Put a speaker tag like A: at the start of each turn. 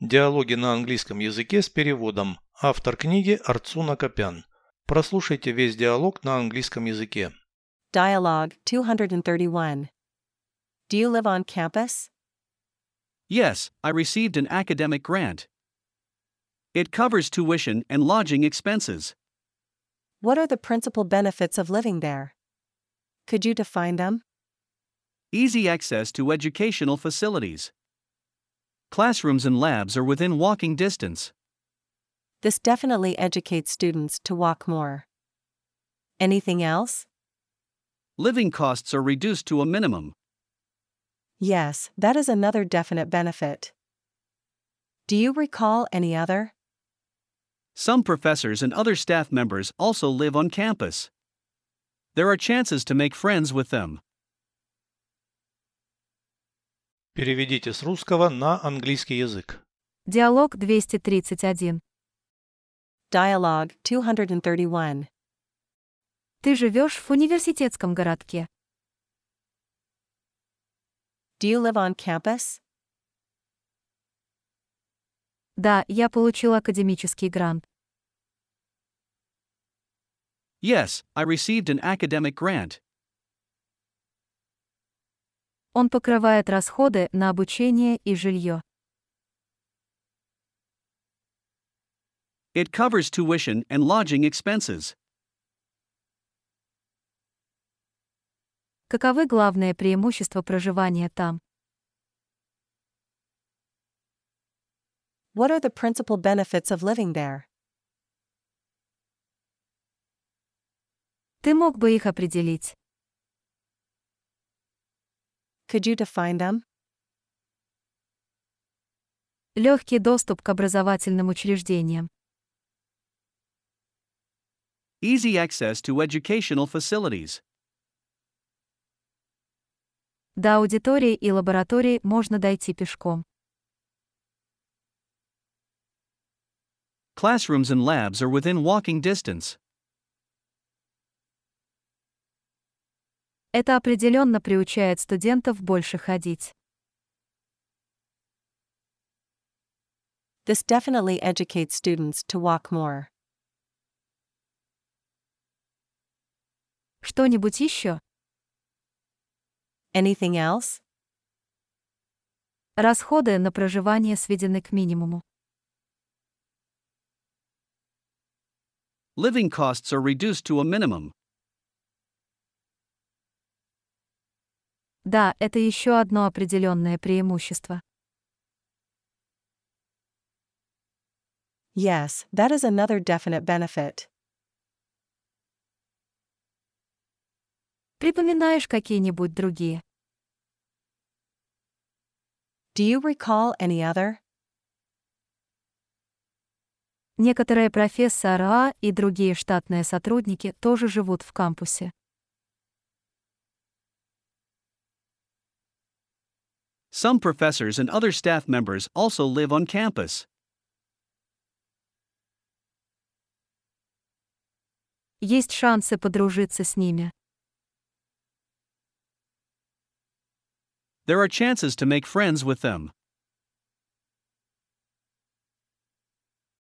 A: Диалоги на английском языке с переводом. Автор книги Арцуна Копян. Прослушайте весь диалог на английском языке.
B: Dialogue 231. Do you live on campus?
C: Yes, I received an academic grant. It covers tuition and lodging expenses.
B: What are the principal benefits of living there? Could you define them?
C: Easy access to educational facilities. Classrooms and labs are within walking distance.
B: This definitely educates students to walk more. Anything else?
C: Living costs are reduced to a minimum.
B: Yes, that is another definite benefit. Do you recall any other?
C: Some professors and other staff members also live on campus. There are chances to make friends with them.
A: Переведите с русского на английский язык.
D: Диалог 231.
B: Dialogue 231.
D: Ты живешь в университетском городке.
B: Do you live on campus?
D: Да, я получил академический грант.
C: Yes, I received an academic grant.
D: Он покрывает расходы на обучение и жилье.
C: It covers tuition and lodging expenses.
D: Каковы главные преимущества проживания там?
B: What are the principal benefits of living there?
D: Ты мог бы их определить.
B: Could you define them?
D: Легкий доступ к образовательным учреждениям.
C: Easy access to educational facilities.
D: До аудитории и лаборатории можно дойти пешком.
C: Classrooms and labs are within walking distance.
D: Это определенно приучает студентов больше ходить.
B: This definitely educates students to walk more.
D: Что-нибудь еще?
B: Anything else?
D: Расходы на проживание сведены к минимуму.
C: Living costs are reduced to a minimum.
D: Да, это еще одно определенное преимущество.
B: Yes, that is another definite benefit.
D: Припоминаешь какие-нибудь другие?
B: Do you recall any other?
D: Некоторые профессоры А и другие штатные сотрудники тоже живут в кампусе.
C: Some professors and other staff members also live on campus.
D: Есть шансы подружиться с ними.
C: There are chances to make friends with them.